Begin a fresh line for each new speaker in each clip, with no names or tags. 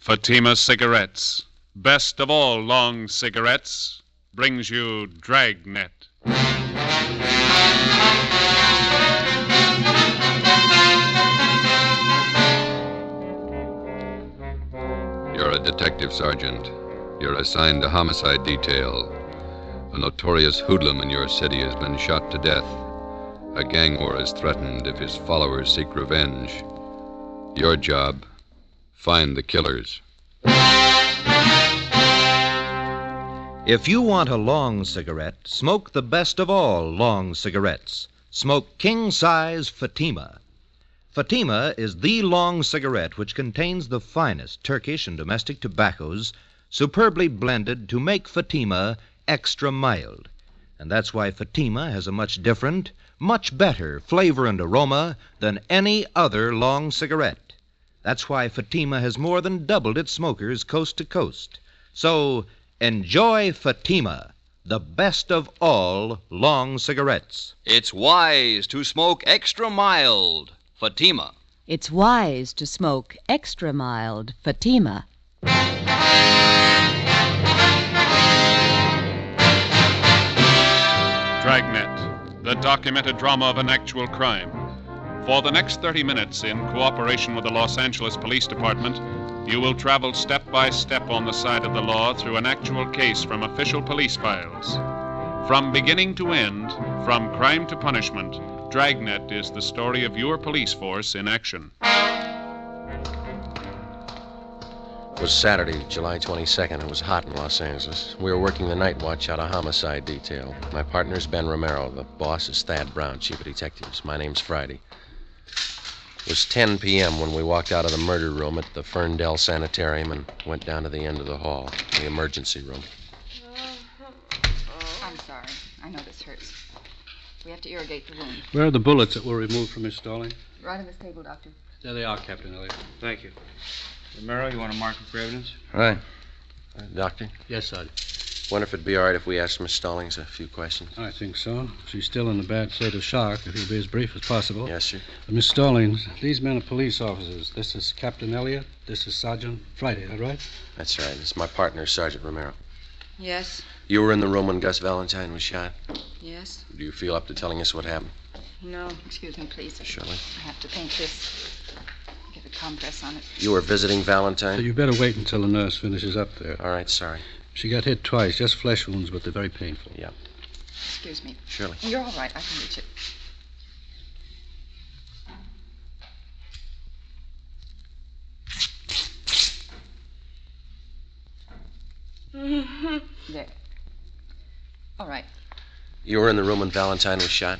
Fatima Cigarettes, best of all long cigarettes, brings you Dragnet.
You're a detective sergeant. You're assigned to homicide detail. A notorious hoodlum in your city has been shot to death. A gang war is threatened if his followers seek revenge. Your job find the killers.
If you want a long cigarette, smoke the best of all long cigarettes. Smoke king size Fatima. Fatima is the long cigarette which contains the finest Turkish and domestic tobaccos, superbly blended to make Fatima extra mild. And that's why Fatima has a much different, much better flavor and aroma than any other long cigarette. That's why Fatima has more than doubled its smokers coast to coast. So enjoy Fatima, the best of all long cigarettes.
It's wise to smoke extra mild, Fatima.
It's wise to smoke extra mild Fatima.
Dragnet, the documented drama of an actual crime. For the next 30 minutes, in cooperation with the Los Angeles Police Department, you will travel step by step on the side of the law through an actual case from official police files. From beginning to end, from crime to punishment, Dragnet is the story of your police force in action.
It was Saturday, July 22nd. It was hot in Los Angeles. We were working the night watch out of homicide detail. My partner's Ben Romero. The boss is Thad Brown, chief of detectives. My name's Friday. It was 10 p.m. when we walked out of the murder room at the Ferndale Sanitarium and went down to the end of the hall, the emergency room.
I'm sorry. I know this hurts. We have to irrigate the wound.
Where are the bullets that were removed from Miss Darling?
Right on this table, Doctor.
There they are, Captain Elliott.
Thank you. Romero, you want to mark it for evidence?
Right. Uh, doctor?
Yes, Sergeant.
Wonder if it'd be all right if we asked Miss Stallings a few questions?
I think so. She's still in a bad state of shock. If you'll be as brief as possible.
Yes, sir.
But Miss Stallings, these men are police officers. This is Captain Elliott. This is Sergeant Friday, all right?
That's right. It's my partner, Sergeant Romero.
Yes,
You were in the room when Gus Valentine was shot.
yes.
Do you feel up to telling us what happened?
No, excuse me, please.
Surely.
I have to paint this. Get a compress on it.
You were visiting Valentine?
So you better wait until the nurse finishes up there.
All right, sorry.
She got hit twice, just flesh wounds, but they're very painful.
Yeah.
Excuse me.
Surely.
You're all right. I can reach it. Mm-hmm. There. All right.
You were in the room when Valentine was shot?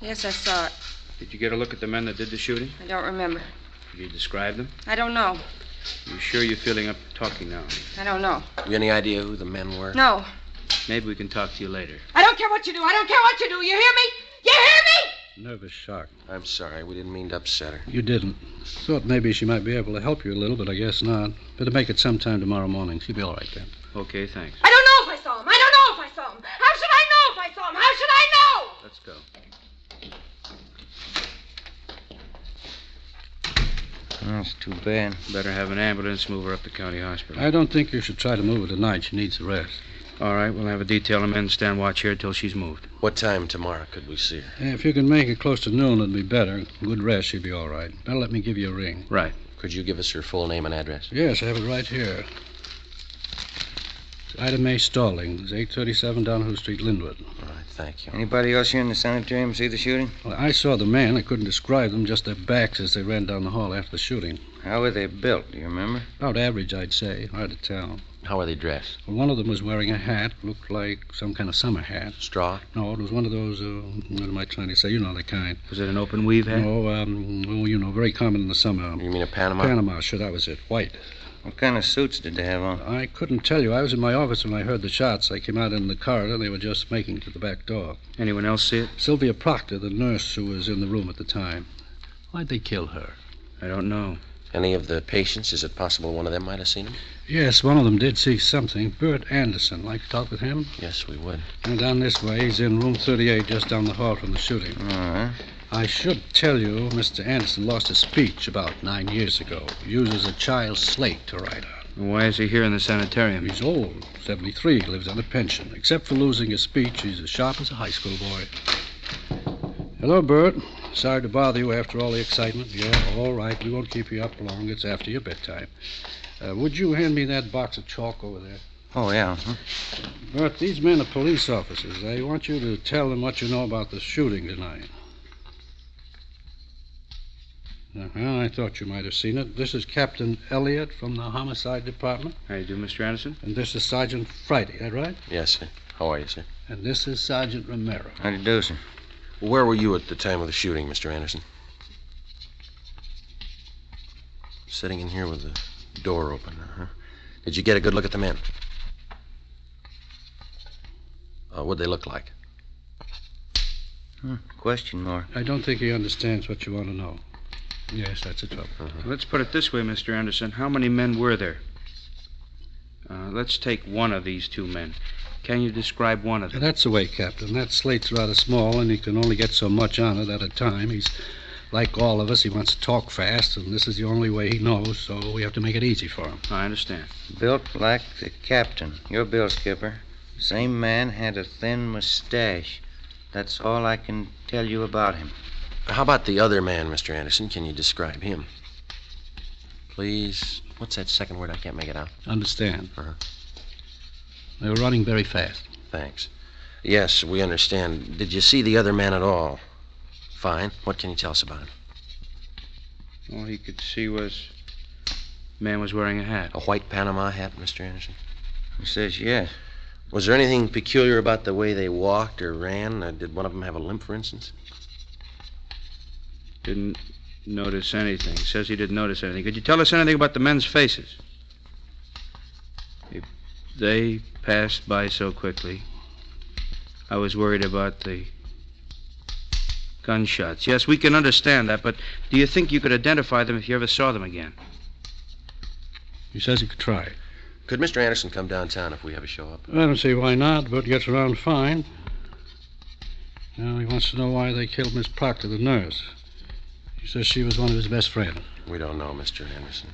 Yes, I saw it.
Did you get a look at the men that did the shooting?
I don't remember.
Did you describe them?
I don't know.
You sure you're feeling up to talking now?
I don't know.
You any idea who the men were?
No.
Maybe we can talk to you later.
I don't care what you do. I don't care what you do. You hear me? You hear
Nervous shock.
I'm sorry. We didn't mean to upset her.
You didn't. Thought maybe she might be able to help you a little, but I guess not. Better make it sometime tomorrow morning. She'll be all right then.
Okay, thanks.
I don't know if I saw him. I don't know if I saw him. How should I know if I saw him? How should I know?
Let's go.
That's too bad.
Better have an ambulance move her up to county hospital.
I don't think you should try to move her tonight. She needs a rest.
All right, we'll have a detail of men stand watch here till she's moved.
What time tomorrow could we see her?
If you can make it close to noon, it'd be better. Good rest, she'll be all right. Better let me give you a ring.
Right.
Could you give us her full name and address?
Yes, I have it right here. It's Ida Mae Stallings, 837 Donahue Street, Linwood.
All right, thank you.
Anybody else here in the sanitarium see the shooting?
Well, I saw the man. I couldn't describe them, just their backs as they ran down the hall after the shooting.
How were they built? Do you remember?
About average, I'd say. Hard to tell.
How were they dressed?
Well, one of them was wearing a hat, looked like some kind of summer hat.
Straw?
No, it was one of those, uh, what am I trying to say? You know the kind.
Was it an open weave hat?
No, um, oh, you know, very common in the summer.
You mean a Panama?
Panama, sure, that was it. White.
What kind of suits did they have on?
I couldn't tell you. I was in my office when I heard the shots. I came out in the corridor, and they were just making to the back door.
Anyone else see it?
Sylvia Proctor, the nurse who was in the room at the time. Why'd they kill her?
I don't know.
Any of the patients? Is it possible one of them might have seen him?
Yes, one of them did see something. Bert Anderson. Like to talk with him?
Yes, we would.
And down this way. He's in room 38, just down the hall from the shooting.
All right.
Uh-huh.
I should tell you, Mr. Anderson lost his speech about nine years ago. He uses a child's slate to write on.
Why is he here in the sanitarium?
He's old, 73, lives on a pension. Except for losing his speech, he's as sharp as a high school boy. Hello, Bert. Sorry to bother you after all the excitement. Yeah, all right. We won't keep you up long. It's after your bedtime. Uh, would you hand me that box of chalk over there?
Oh, yeah. Huh?
Bert, these men are police officers. They want you to tell them what you know about the shooting tonight. Uh-huh. I thought you might have seen it. This is Captain Elliott from the Homicide Department.
How you do, Mr. Anderson?
And this is Sergeant Friday, that right?
Yes, sir. How are you, sir?
And this is Sergeant Romero.
How do you do, sir?
Where were you at the time of the shooting, Mr. Anderson? Sitting in here with the door open, huh? Did you get a good look at the men? Uh, what'd they look like?
Hmm. Question mark.
I don't think he understands what you want to know. Yes, that's the trouble.
Uh-huh. Let's put it this way, Mr. Anderson. How many men were there? Uh, let's take one of these two men. Can you describe one of them?
That's the way, Captain. That slate's rather small, and he can only get so much on it at a time. He's like all of us. He wants to talk fast, and this is the only way he knows, so we have to make it easy for him.
I understand.
Built like the captain. Your bill, Skipper. Same man had a thin mustache. That's all I can tell you about him.
How about the other man, Mr. Anderson? Can you describe him? Please. What's that second word? I can't make it out.
Understand.
Uh-huh.
They were running very fast.
Thanks. Yes, we understand. Did you see the other man at all? Fine. What can you tell us about him?
All he could see was man was wearing a hat.
A white Panama hat, Mr. Anderson?
He says yes.
Was there anything peculiar about the way they walked or ran? Or did one of them have a limp, for instance?
Didn't notice anything. Says he didn't notice anything. Could you tell us anything about the men's faces? They, they passed by so quickly. I was worried about the gunshots. Yes, we can understand that, but do you think you could identify them if you ever saw them again?
He says he could try.
Could Mr. Anderson come downtown if we ever show up?
I don't see why not, but gets around fine. Now he wants to know why they killed Miss Proctor, the nurse. He says she was one of his best friends.
We don't know, Mr. Anderson.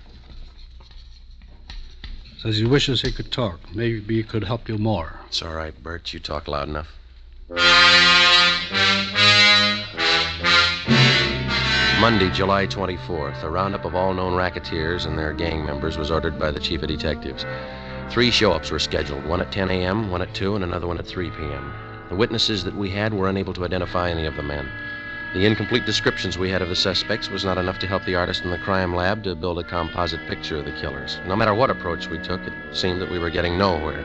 Says he wishes he could talk. Maybe he could help you more.
It's all right, Bert. You talk loud enough. Monday, July 24th, a roundup of all known racketeers and their gang members was ordered by the chief of detectives. Three show ups were scheduled one at 10 a.m., one at 2, and another one at 3 p.m. The witnesses that we had were unable to identify any of the men. The incomplete descriptions we had of the suspects was not enough to help the artist in the crime lab to build a composite picture of the killers. No matter what approach we took, it seemed that we were getting nowhere.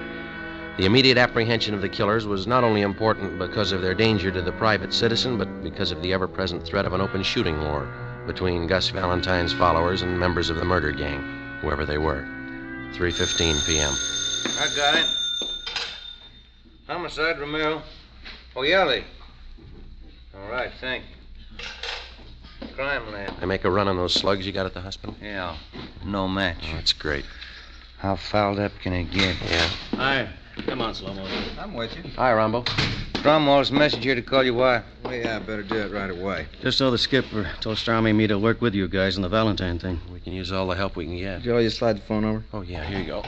The immediate apprehension of the killers was not only important because of their danger to the private citizen, but because of the ever present threat of an open shooting war between Gus Valentine's followers and members of the murder gang, whoever they were. 3.15 p.m.
I got it. Homicide, Romero. Oh, Yelly. All right, thank you. Crime lab.
They make a run on those slugs you got at the hospital?
Yeah. No match.
Oh, that's great.
How fouled up can it get?
Yeah.
Hi. Come on, Slomo.
I'm with you.
Hi, Rombo.
Cromwell's messenger to call you why?
Well, yeah, I better do it right away. Just so the skipper told Strami me to work with you guys on the Valentine thing.
We can use all the help we can get.
Joe, you slide the phone over?
Oh, yeah, here you go.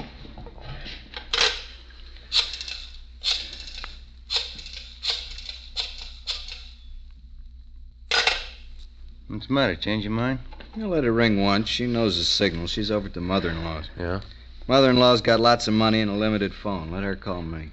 What's the matter? Change your mind?
You let her ring once. She knows the signal. She's over at the mother in law's.
Yeah?
Mother in law's got lots of money and a limited phone. Let her call me.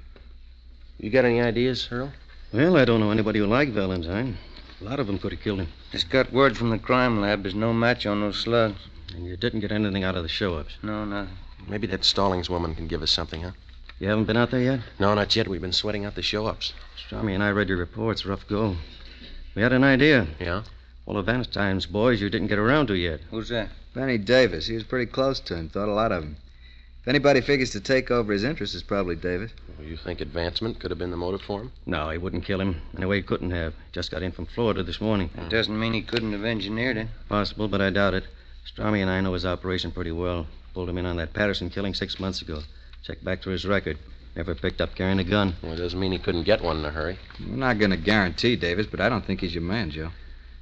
You got any ideas, Earl?
Well, I don't know anybody who liked Valentine. A lot of them could have killed him.
Just got word from the crime lab there's no match on those slugs.
And you didn't get anything out of the show ups?
No, no.
Maybe that Stallings woman can give us something, huh?
You haven't been out there yet?
No, not yet. We've been sweating out the show ups.
Tommy and I read your reports. Rough go. We had an idea.
Yeah?
One of Valentine's boys you didn't get around to yet.
Who's that?
Benny Davis. He was pretty close to him. Thought a lot of him. If anybody figures to take over his interest, it's probably Davis.
Well, you think advancement could have been the motive for him?
No, he wouldn't kill him. Anyway, he couldn't have. Just got in from Florida this morning.
Hmm.
That doesn't mean he couldn't have engineered it.
Possible, but I doubt it. Strami and I know his operation pretty well. Pulled him in on that Patterson killing six months ago. Checked back through his record. Never picked up carrying a gun.
Well, it doesn't mean he couldn't get one in a hurry.
I'm not going to guarantee Davis, but I don't think he's your man, Joe.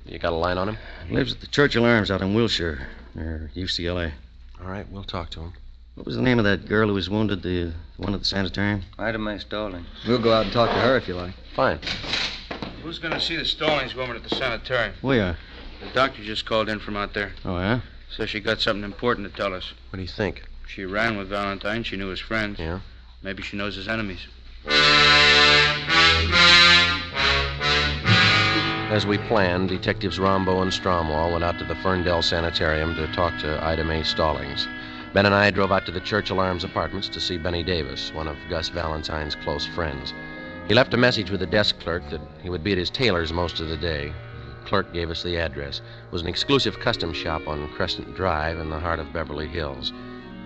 You got a line on him?
Lives at the Churchill Arms out in Wilshire, near UCLA.
All right, we'll talk to him.
What was the name of that girl who was wounded, the one at the sanitarium?
Ida Mae Stallings.
We'll go out and talk to her if you like.
Fine.
Who's going to see the Stallings woman at the sanitarium?
We are.
The doctor just called in from out there.
Oh, yeah?
Says she got something important to tell us.
What do you think?
She ran with Valentine. She knew his friends.
Yeah?
Maybe she knows his enemies. Uh,
As we planned, Detectives Rombo and Stromwall went out to the Ferndale Sanitarium to talk to Ida Mae Stallings. Ben and I drove out to the Churchill Arms Apartments to see Benny Davis, one of Gus Valentine's close friends. He left a message with the desk clerk that he would be at his tailor's most of the day. Clerk gave us the address. It was an exclusive custom shop on Crescent Drive in the heart of Beverly Hills.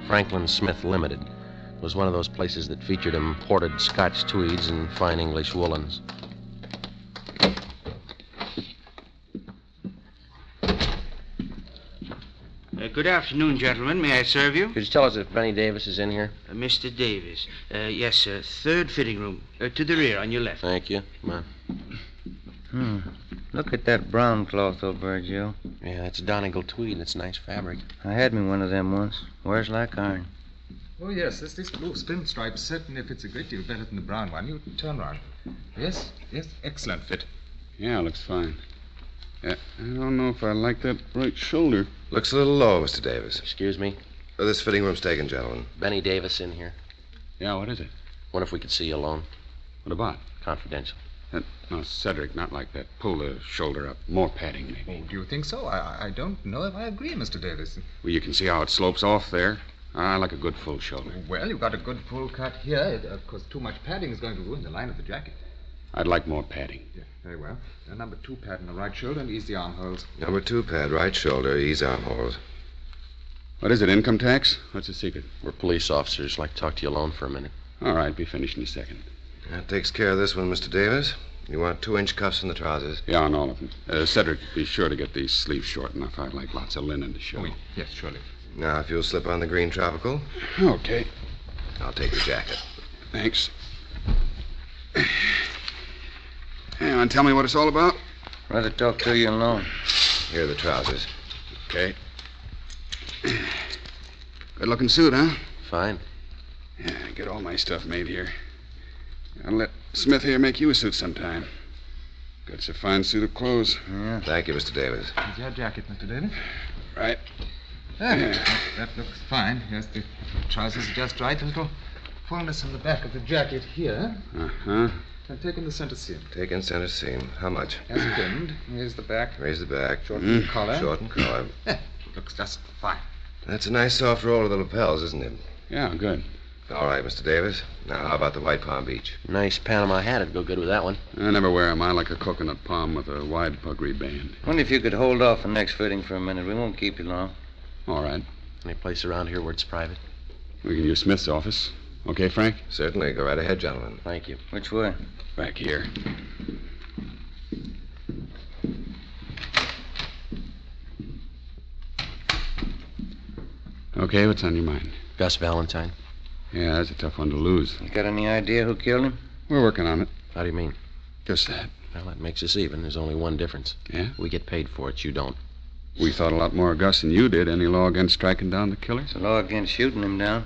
Franklin Smith Limited it was one of those places that featured imported Scotch tweeds and fine English woolens.
Uh, good afternoon, gentlemen. May I serve you?
Could you tell us if Benny Davis is in here?
Uh, Mr. Davis. Uh, yes, sir. Third fitting room.
Uh,
to the rear on your left.
Thank you. Come on.
Hmm. Look at that brown cloth over there, Joe.
Yeah, that's Donegal tweed. It's nice fabric.
I had me one of them once. Wears like iron.
Oh, yes, this, this blue pinstripe certainly fits a great deal better than the brown one. You turn round. Yes, yes, excellent fit.
Yeah, looks fine. Yeah, I don't know if I like that right shoulder.
Looks a little low, Mr. Davis.
Excuse me?
Oh, this fitting room's taken, gentlemen.
Benny Davis in here.
Yeah, what is it?
Wonder if we could see you alone.
What about?
Confidential.
Uh, no, Cedric, not like that. Pull the shoulder up. More padding,
maybe. Oh, do you think so? I, I don't know if I agree, Mr. Davis.
Well, you can see how it slopes off there. I like a good full shoulder.
Well, you've got a good full cut here. Of course, too much padding is going to ruin the line of the jacket.
I'd like more padding.
Yeah, very well. Now, number two pad in the right shoulder and easy armholes.
Number two pad, right shoulder, easy armholes.
What is it, income tax? What's the secret?
We're police officers. Like to talk to you alone for a minute.
All right, be finished in a second.
That takes care of this one, Mr. Davis. You want two inch cuffs in the trousers?
Yeah, on all of them. Uh, Cedric, be sure to get these sleeves short enough. I'd like lots of linen to show.
Oh, yes, surely.
Now, if you'll slip on the green tropical.
Okay.
I'll take the jacket.
Thanks. Hang on, tell me what it's all about.
Rather talk to you alone.
Here are the trousers.
Okay. Good looking suit, huh?
Fine.
Yeah, I get all my stuff made here. I'll let Smith here make you a suit sometime. Got a fine suit of clothes.
Yeah.
Thank you, Mr. Davis.
Here's your jacket, Mr. Davis.
Right.
Ah, yeah. that, that looks fine. Yes, the trousers are just right. A little fullness in the back of the jacket here.
Uh huh.
And take in the center seam.
Take in center seam. How much?
As pinned. Raise the back.
Raise the back.
Shorten mm. collar.
Shorten collar.
Looks just fine.
That's a nice soft roll of the lapels, isn't it?
Yeah, good.
All right, Mr. Davis. Now, how about the White Palm Beach?
Nice Panama hat. It'd go good with that one.
I never wear 'em. I like a coconut palm with a wide puggree band.
Wonder if you could hold off the next fitting for a minute. We won't keep you long.
All right.
Any place around here where it's private?
We can use Smith's office. Okay, Frank?
Certainly. Go right ahead, gentlemen.
Thank you.
Which way?
Back here. Okay, what's on your mind?
Gus Valentine.
Yeah, that's a tough one to lose.
You got any idea who killed him?
We're working on it.
How do you mean?
Just that.
Well, that makes us even. There's only one difference.
Yeah?
We get paid for it, you don't.
We thought a lot more of Gus than you did. Any law against striking down the killer?
It's a law against shooting him down.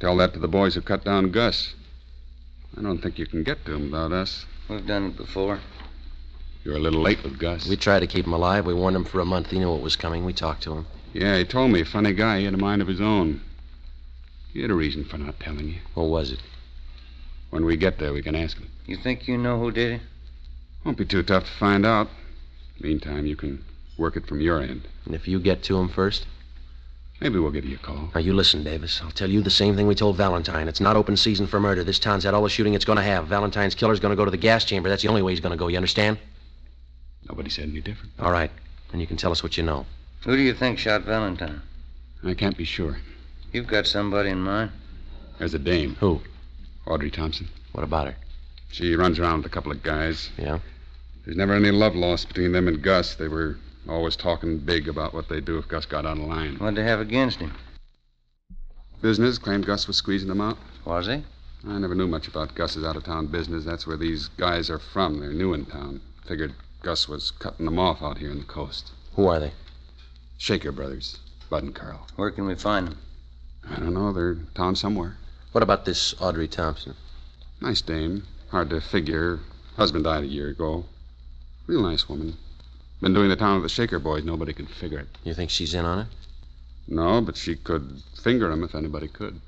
Tell that to the boys who cut down Gus. I don't think you can get to him without us.
We've done it before.
You're a little late with Gus.
We tried to keep him alive. We warned him for a month. He knew what was coming. We talked to him.
Yeah, he told me. Funny guy. He had a mind of his own. He had a reason for not telling you.
What was it?
When we get there, we can ask him.
You think you know who did it?
Won't be too tough to find out. Meantime, you can work it from your end.
And if you get to him first?
Maybe we'll give you a call.
Now, you listen, Davis. I'll tell you the same thing we told Valentine. It's not open season for murder. This town's had all the shooting it's going to have. Valentine's killer's going to go to the gas chamber. That's the only way he's going to go. You understand?
Nobody said any different.
All right. Then you can tell us what you know.
Who do you think shot Valentine?
I can't be sure.
You've got somebody in mind.
There's a dame.
Who?
Audrey Thompson.
What about her?
She runs around with a couple of guys.
Yeah?
There's never any love lost between them and Gus. They were always talking big about what they'd do if Gus got on the line.
What'd they have against him?
Business claimed Gus was squeezing them out.
Was he?
I never knew much about Gus's out of town business. That's where these guys are from. They're new in town. Figured Gus was cutting them off out here on the coast.
Who are they?
Shaker Brothers, Bud and Carl.
Where can we find them?
I don't know. They're town somewhere.
What about this Audrey Thompson?
Nice dame. Hard to figure. Husband died a year ago. Real nice woman. Been doing the town with the Shaker boys. Nobody could figure it.
You think she's in on it?
No, but she could finger him if anybody could.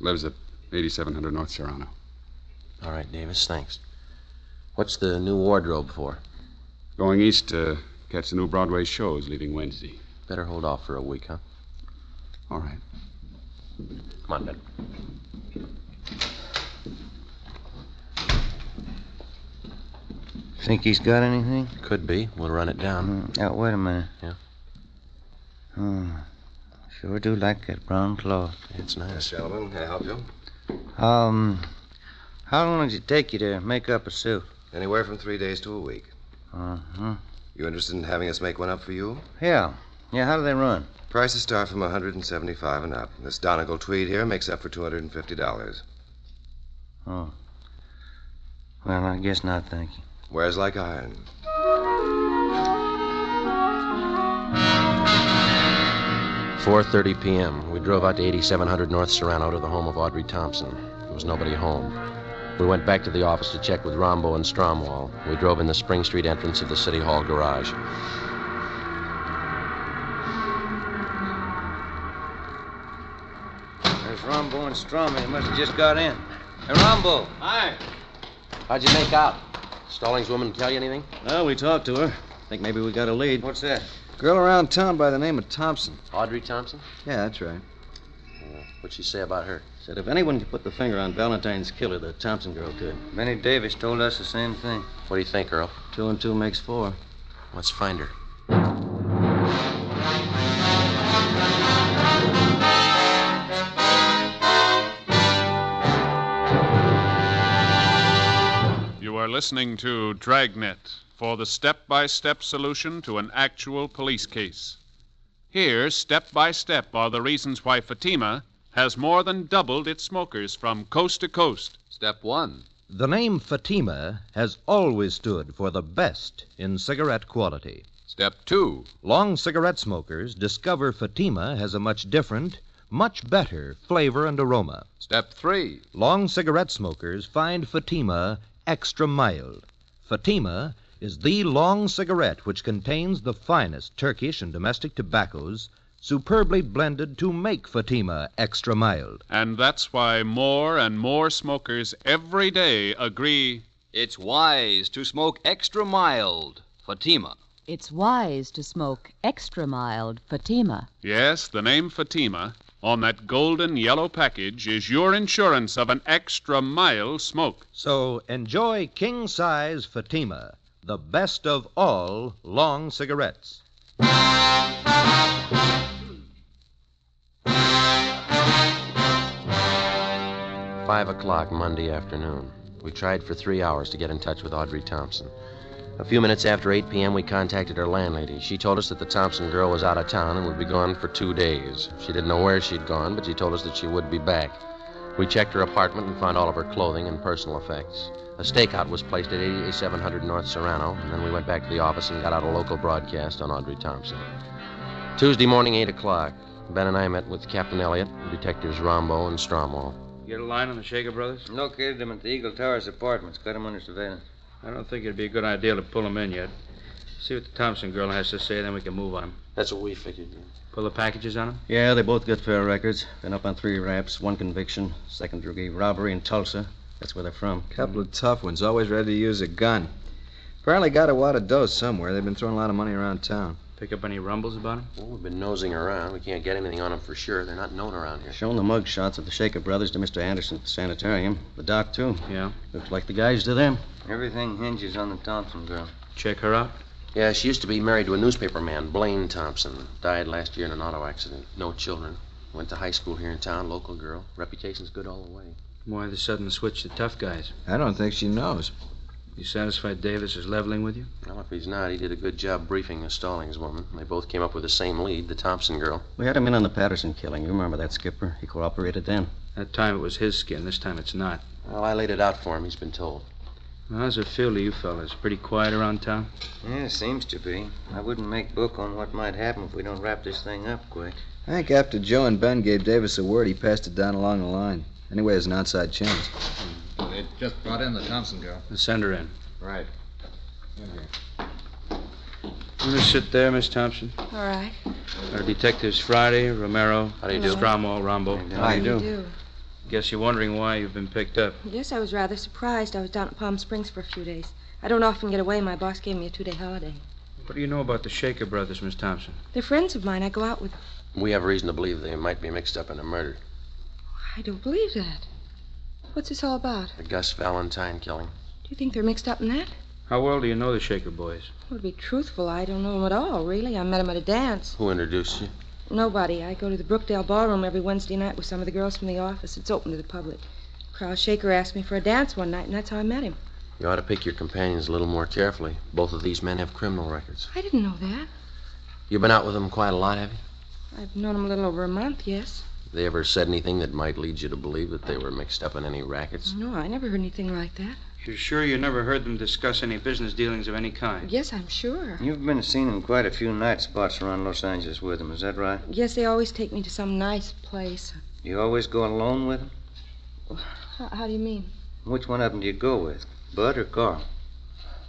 Lives at 8700 North Serrano.
All right, Davis, thanks. What's the new wardrobe for?
Going east to catch the new Broadway shows leaving Wednesday.
Better hold off for a week, huh?
All right.
Come on, Ben.
Think he's got anything?
Could be. We'll run it down.
Mm, now, wait a minute.
Yeah.
Hmm. Sure do like that brown cloth.
It's nice.
Yes, gentlemen, can I help you?
Um, how long did it take you to make up a suit?
Anywhere from three days to a week.
Uh-huh.
You interested in having us make one up for you?
Yeah. Yeah, how do they run?
Prices start from 175 and up. This Donegal tweed here makes up for $250.
Oh. Well, I guess not, thank you.
Wears like iron.
Four thirty p.m. We drove out to 8700 North Serrano to the home of Audrey Thompson. There was nobody home. We went back to the office to check with Rombo and Stromwall. We drove in the Spring Street entrance of the City Hall garage.
There's Rombo and Strom. They must have just got in. Hey, Rombo.
Hi.
How'd you make out? Stallings woman tell you anything?
Well, we talked to her. Think maybe we got a lead.
What's that?
Girl around town by the name of Thompson.
Audrey Thompson?
Yeah, that's right.
Yeah. What'd she say about her?
Said if anyone could put the finger on Valentine's killer, the Thompson girl could.
Minnie Davis told us the same thing.
What do you think, Earl?
Two and two makes four.
Let's find her.
You are listening to Dragnet for the step by step solution to an actual police case. Here, step by step, are the reasons why Fatima has more than doubled its smokers from coast to coast.
Step one.
The name Fatima has always stood for the best in cigarette quality.
Step two.
Long cigarette smokers discover Fatima has a much different, much better flavor and aroma.
Step three.
Long cigarette smokers find Fatima extra mild. Fatima is the long cigarette which contains the finest Turkish and domestic tobaccos, superbly blended to make Fatima extra mild.
And that's why more and more smokers every day agree
It's wise to smoke extra mild, Fatima.
It's wise to smoke extra mild Fatima.
yes, the name Fatima on that golden yellow package is your insurance of an extra mile smoke.
So enjoy king size Fatima, the best of all long cigarettes.
Five o'clock Monday afternoon. We tried for three hours to get in touch with Audrey Thompson. A few minutes after 8 p.m., we contacted her landlady. She told us that the Thompson girl was out of town and would be gone for two days. She didn't know where she'd gone, but she told us that she would be back. We checked her apartment and found all of her clothing and personal effects. A stakeout was placed at 8700 North Serrano, and then we went back to the office and got out a local broadcast on Audrey Thompson. Tuesday morning, 8 o'clock, Ben and I met with Captain Elliott, Detectives Rombo, and Stromwall.
Get a line on the Shaker brothers?
Located him at the Eagle Towers apartments. Got him under surveillance.
I don't think it'd be a good idea to pull them in yet. See what the Thompson girl has to say, then we can move on.
That's what we figured.
Pull the packages on him?
Yeah, they both got fair records. Been up on three raps, one conviction, second degree robbery in Tulsa. That's where they're from.
Couple of tough ones, always ready to use a gun. Apparently got a wad of dough somewhere. They've been throwing a lot of money around town.
Pick up any rumbles about him?
Well, we've been nosing around. We can't get anything on them for sure. They're not known around here.
Shown the mug shots of the Shaker brothers to Mr. Anderson at the sanitarium. The doc, too.
Yeah.
Looks like the guys do them.
Everything hinges on the Thompson girl.
Check her out?
Yeah, she used to be married to a newspaper man, Blaine Thompson. Died last year in an auto accident. No children. Went to high school here in town, local girl. Reputation's good all the way.
Why the sudden switch to tough guys?
I don't think she knows.
You satisfied Davis is leveling with you?
Well, if he's not, he did a good job briefing the Stallings woman. They both came up with the same lead, the Thompson girl.
We had him in on the Patterson killing. You remember that, Skipper? He cooperated then.
That time it was his skin. This time it's not.
Well, I laid it out for him. He's been told.
Well, how's it feel to you fellas? Pretty quiet around town?
Yeah, seems to be. I wouldn't make book on what might happen if we don't wrap this thing up quick.
I think after Joe and Ben gave Davis a word, he passed it down along the line. Anyway, it's an outside chance.
They just brought in the Thompson girl.
Let's send her in.
Right.
You want to sit there, Miss Thompson?
All right.
Our detectives Friday, Romero,
How do you
do?
Stramo, Rombo.
How do you do?
Guess you're wondering why you've been picked up.
Yes, I was rather surprised. I was down at Palm Springs for a few days. I don't often get away. My boss gave me a two-day holiday.
What do you know about the Shaker brothers, Miss Thompson?
They're friends of mine. I go out with them.
We have reason to believe they might be mixed up in a murder.
I don't believe that. What's this all about?
The Gus Valentine killing.
Do you think they're mixed up in that?
How well do you know the Shaker boys?
Well, to be truthful, I don't know them at all, really. I met them at a dance.
Who introduced you?
Nobody. I go to the Brookdale Ballroom every Wednesday night with some of the girls from the office. It's open to the public. Carl Shaker asked me for a dance one night, and that's how I met him.
You ought to pick your companions a little more carefully. Both of these men have criminal records.
I didn't know that.
You've been out with them quite a lot, have you?
I've known him a little over a month, yes.
They ever said anything that might lead you to believe that they were mixed up in any rackets?
No, I never heard anything like that.
You're sure you never heard them discuss any business dealings of any kind?
Yes, I'm sure.
You've been seen in quite a few night spots around Los Angeles with them, is that right?
Yes, they always take me to some nice place.
You always go alone with them?
How, how do you mean?
Which one of them do you go with, Bud or Carl?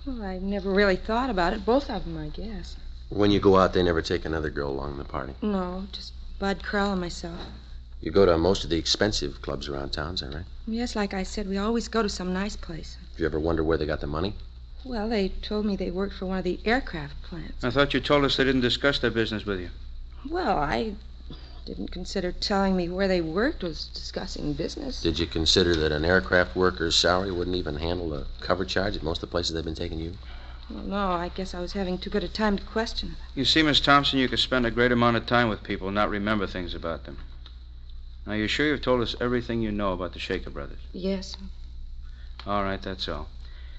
Well, I've never really thought about it. Both of them, I guess.
When you go out, they never take another girl along the party.
No, just Bud Crowell and myself.
You go to most of the expensive clubs around town, is that right?
Yes, like I said, we always go to some nice place.
Did you ever wonder where they got the money?
Well, they told me they worked for one of the aircraft plants.
I thought you told us they didn't discuss their business with you.
Well, I didn't consider telling me where they worked was discussing business.
Did you consider that an aircraft worker's salary wouldn't even handle the cover charge at most of the places they've been taking you?
Well, no, I guess I was having too good a time to question it.
You see, Miss Thompson, you could spend a great amount of time with people and not remember things about them. Now, you're sure you've told us everything you know about the Shaker brothers?
Yes.
All right, that's all.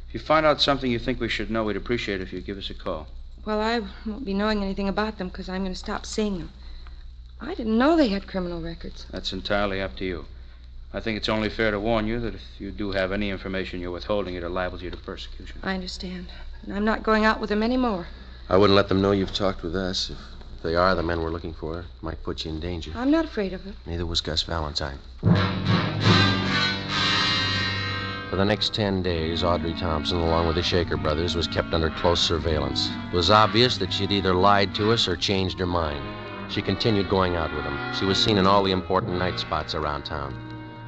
If you find out something you think we should know, we'd appreciate it if you'd give us a call.
Well, I won't be knowing anything about them because I'm going to stop seeing them. I didn't know they had criminal records.
That's entirely up to you. I think it's only fair to warn you that if you do have any information you're withholding, it'll liable you to persecution.
I understand. And I'm not going out with them anymore.
I wouldn't let them know you've talked with us. If they are the men we're looking for, it might put you in danger.
I'm not afraid of them.
Neither was Gus Valentine. For the next 10 days, Audrey Thompson, along with the Shaker brothers, was kept under close surveillance. It was obvious that she'd either lied to us or changed her mind. She continued going out with them. She was seen in all the important night spots around town.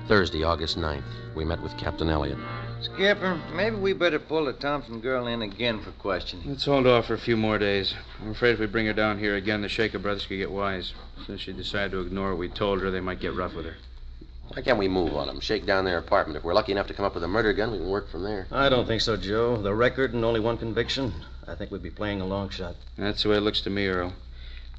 Thursday, August 9th, we met with Captain Elliott.
Skipper, maybe we better pull the Thompson girl in again for questioning.
Let's hold off for a few more days. I'm afraid if we bring her down here again, the Shaker brothers could get wise. Since she decided to ignore what we told her, they might get rough with her.
Why can't we move on them? Shake down their apartment. If we're lucky enough to come up with a murder gun, we can work from there.
I don't think so, Joe. The record and only one conviction. I think we'd be playing a long shot.
That's the way it looks to me, Earl.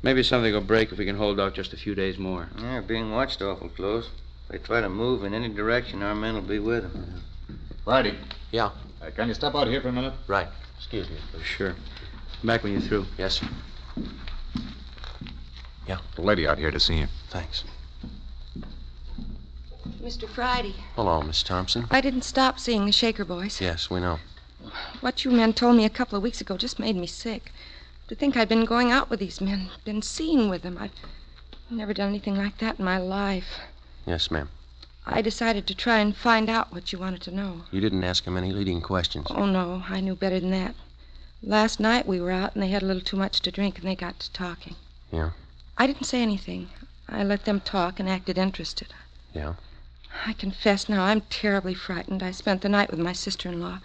Maybe something will break if we can hold out just a few days more.
They're being watched awful close. If they try to move in any direction, our men will be with them.
Friday.
Yeah.
Uh, can you step out here for a minute?
Right. Excuse me, please.
Sure. Back when you're through.
Yes, sir. Yeah.
The lady out here to see you.
Thanks.
Mr. Friday,
Hello, Miss Thompson.
I didn't stop seeing the Shaker boys.
Yes, we know.
What you men told me a couple of weeks ago just made me sick. To think I'd been going out with these men, been seeing with them. I've never done anything like that in my life.
Yes, ma'am.
I decided to try and find out what you wanted to know.
You didn't ask him any leading questions.
Oh, no, I knew better than that. Last night we were out and they had a little too much to drink and they got to talking.
Yeah?
I didn't say anything. I let them talk and acted interested.
Yeah?
I confess now, I'm terribly frightened. I spent the night with my sister in law.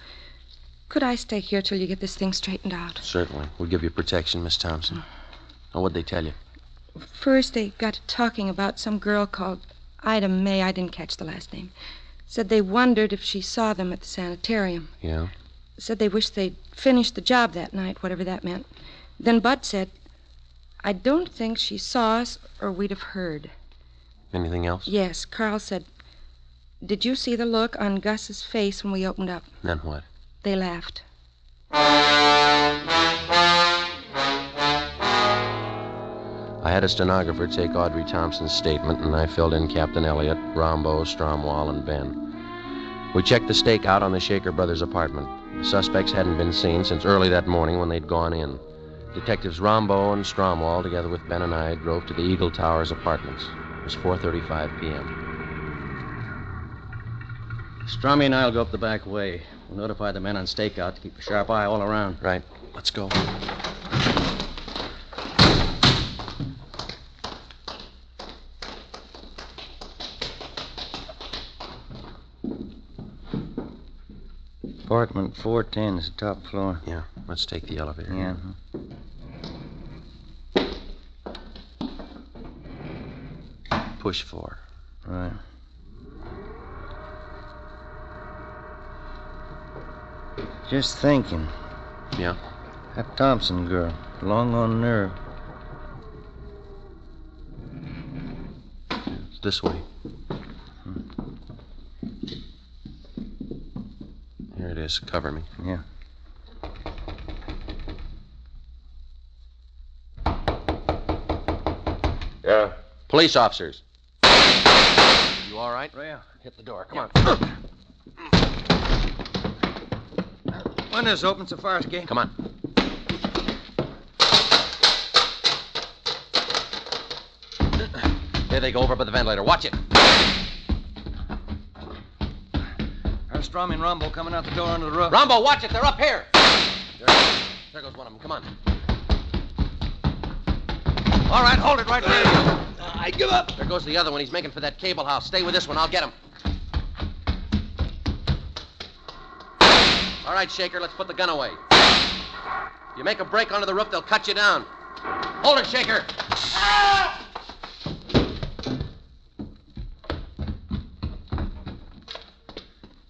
Could I stay here till you get this thing straightened out?
Certainly. We'll give you protection, Miss Thompson. Now, what'd they tell you?
First, they got to talking about some girl called Ida May. I didn't catch the last name. Said they wondered if she saw them at the sanitarium.
Yeah?
Said they wished they'd finished the job that night, whatever that meant. Then Bud said, I don't think she saw us or we'd have heard.
Anything else?
Yes, Carl said, Did you see the look on Gus's face when we opened up?
Then what?
They laughed.
I had a stenographer take Audrey Thompson's statement, and I filled in Captain Elliott, Rombo, Stromwall, and Ben. We checked the stake out on the Shaker brothers' apartment. The suspects hadn't been seen since early that morning when they'd gone in. Detectives Rombo and Stromwall, together with Ben and I, drove to the Eagle Towers apartments. It was 4.35 p.m.
Strummy and I'll go up the back way. We'll notify the men on stakeout to keep a sharp eye all around.
Right. Let's go.
Apartment 410 is the top floor.
Yeah. Let's take the elevator.
Yeah. uh-huh.
Push four.
Right. Just thinking.
Yeah?
That Thompson girl, long on nerve.
It's this way. Here it is. Cover me.
Yeah.
Yeah. Police officers. You all right?
Right.
Hit the door. Come on.
Windows open so far as game.
Come on. There they go over by the ventilator. Watch it.
There's Strummy and Rumble coming out the door under the roof.
Rombo, watch it. They're up here. There, there goes one of them. Come on. All right, hold it right there. I give up. There goes the other one. He's making for that cable house. Stay with this one. I'll get him. All right, Shaker, let's put the gun away. You make a break onto the roof, they'll cut you down. Hold it, Shaker.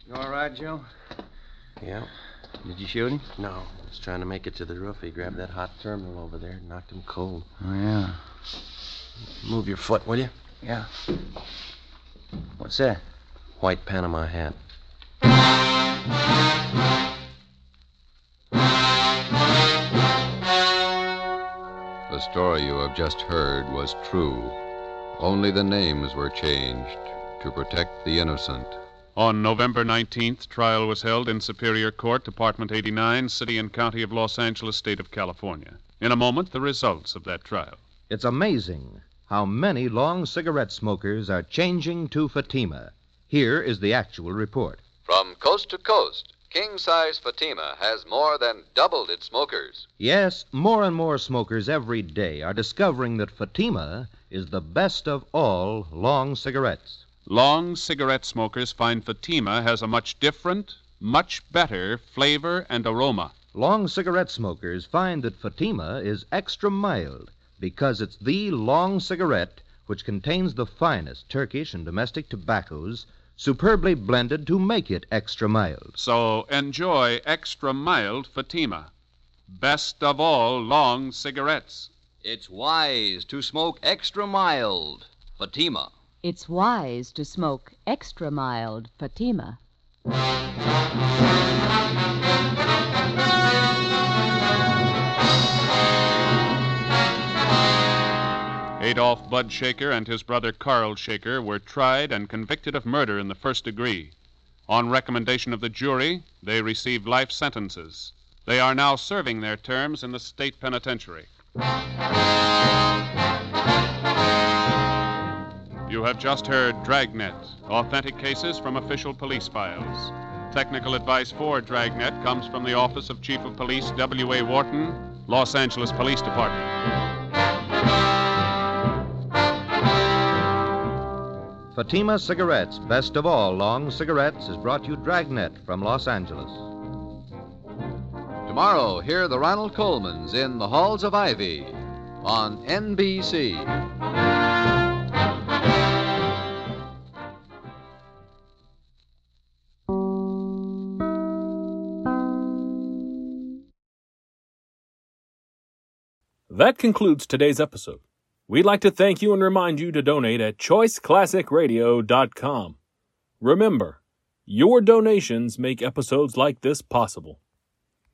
You all right, Joe?
Yeah.
Did you shoot him?
No, he's trying to make it to the roof. He grabbed that hot terminal over there and knocked him cold.
Oh, yeah.
Move your foot, will you?
Yeah. What's that?
White Panama hat.
The story you have just heard was true. Only the names were changed to protect the innocent.
On November 19th, trial was held in Superior Court, Department 89, City and County of Los Angeles, State of California. In a moment, the results of that trial.
It's amazing how many long cigarette smokers are changing to Fatima. Here is the actual report.
From coast to coast, king size Fatima has more than doubled its smokers.
Yes, more and more smokers every day are discovering that Fatima is the best of all long cigarettes.
Long cigarette smokers find Fatima has a much different, much better flavor and aroma.
Long cigarette smokers find that Fatima is extra mild because it's the long cigarette which contains the finest Turkish and domestic tobaccos superbly blended to make it extra mild.
So enjoy extra mild Fatima. Best of all long cigarettes.
It's wise to smoke extra mild. Fatima.
It's wise to smoke extra mild Fatima.
Adolph Bud Shaker and his brother Carl Shaker were tried and convicted of murder in the first degree. On recommendation of the jury, they received life sentences. They are now serving their terms in the state penitentiary. You have just heard Dragnet, authentic cases from official police files. Technical advice for Dragnet comes from the Office of Chief of Police W.A. Wharton, Los Angeles Police Department.
Fatima Cigarettes, best of all long cigarettes, is brought to you Dragnet from Los Angeles.
Tomorrow, hear the Ronald Colemans in The Halls of Ivy on NBC.
That concludes today's episode. We'd like to thank you and remind you to donate at choiceclassicradio.com. Remember, your donations make episodes like this possible.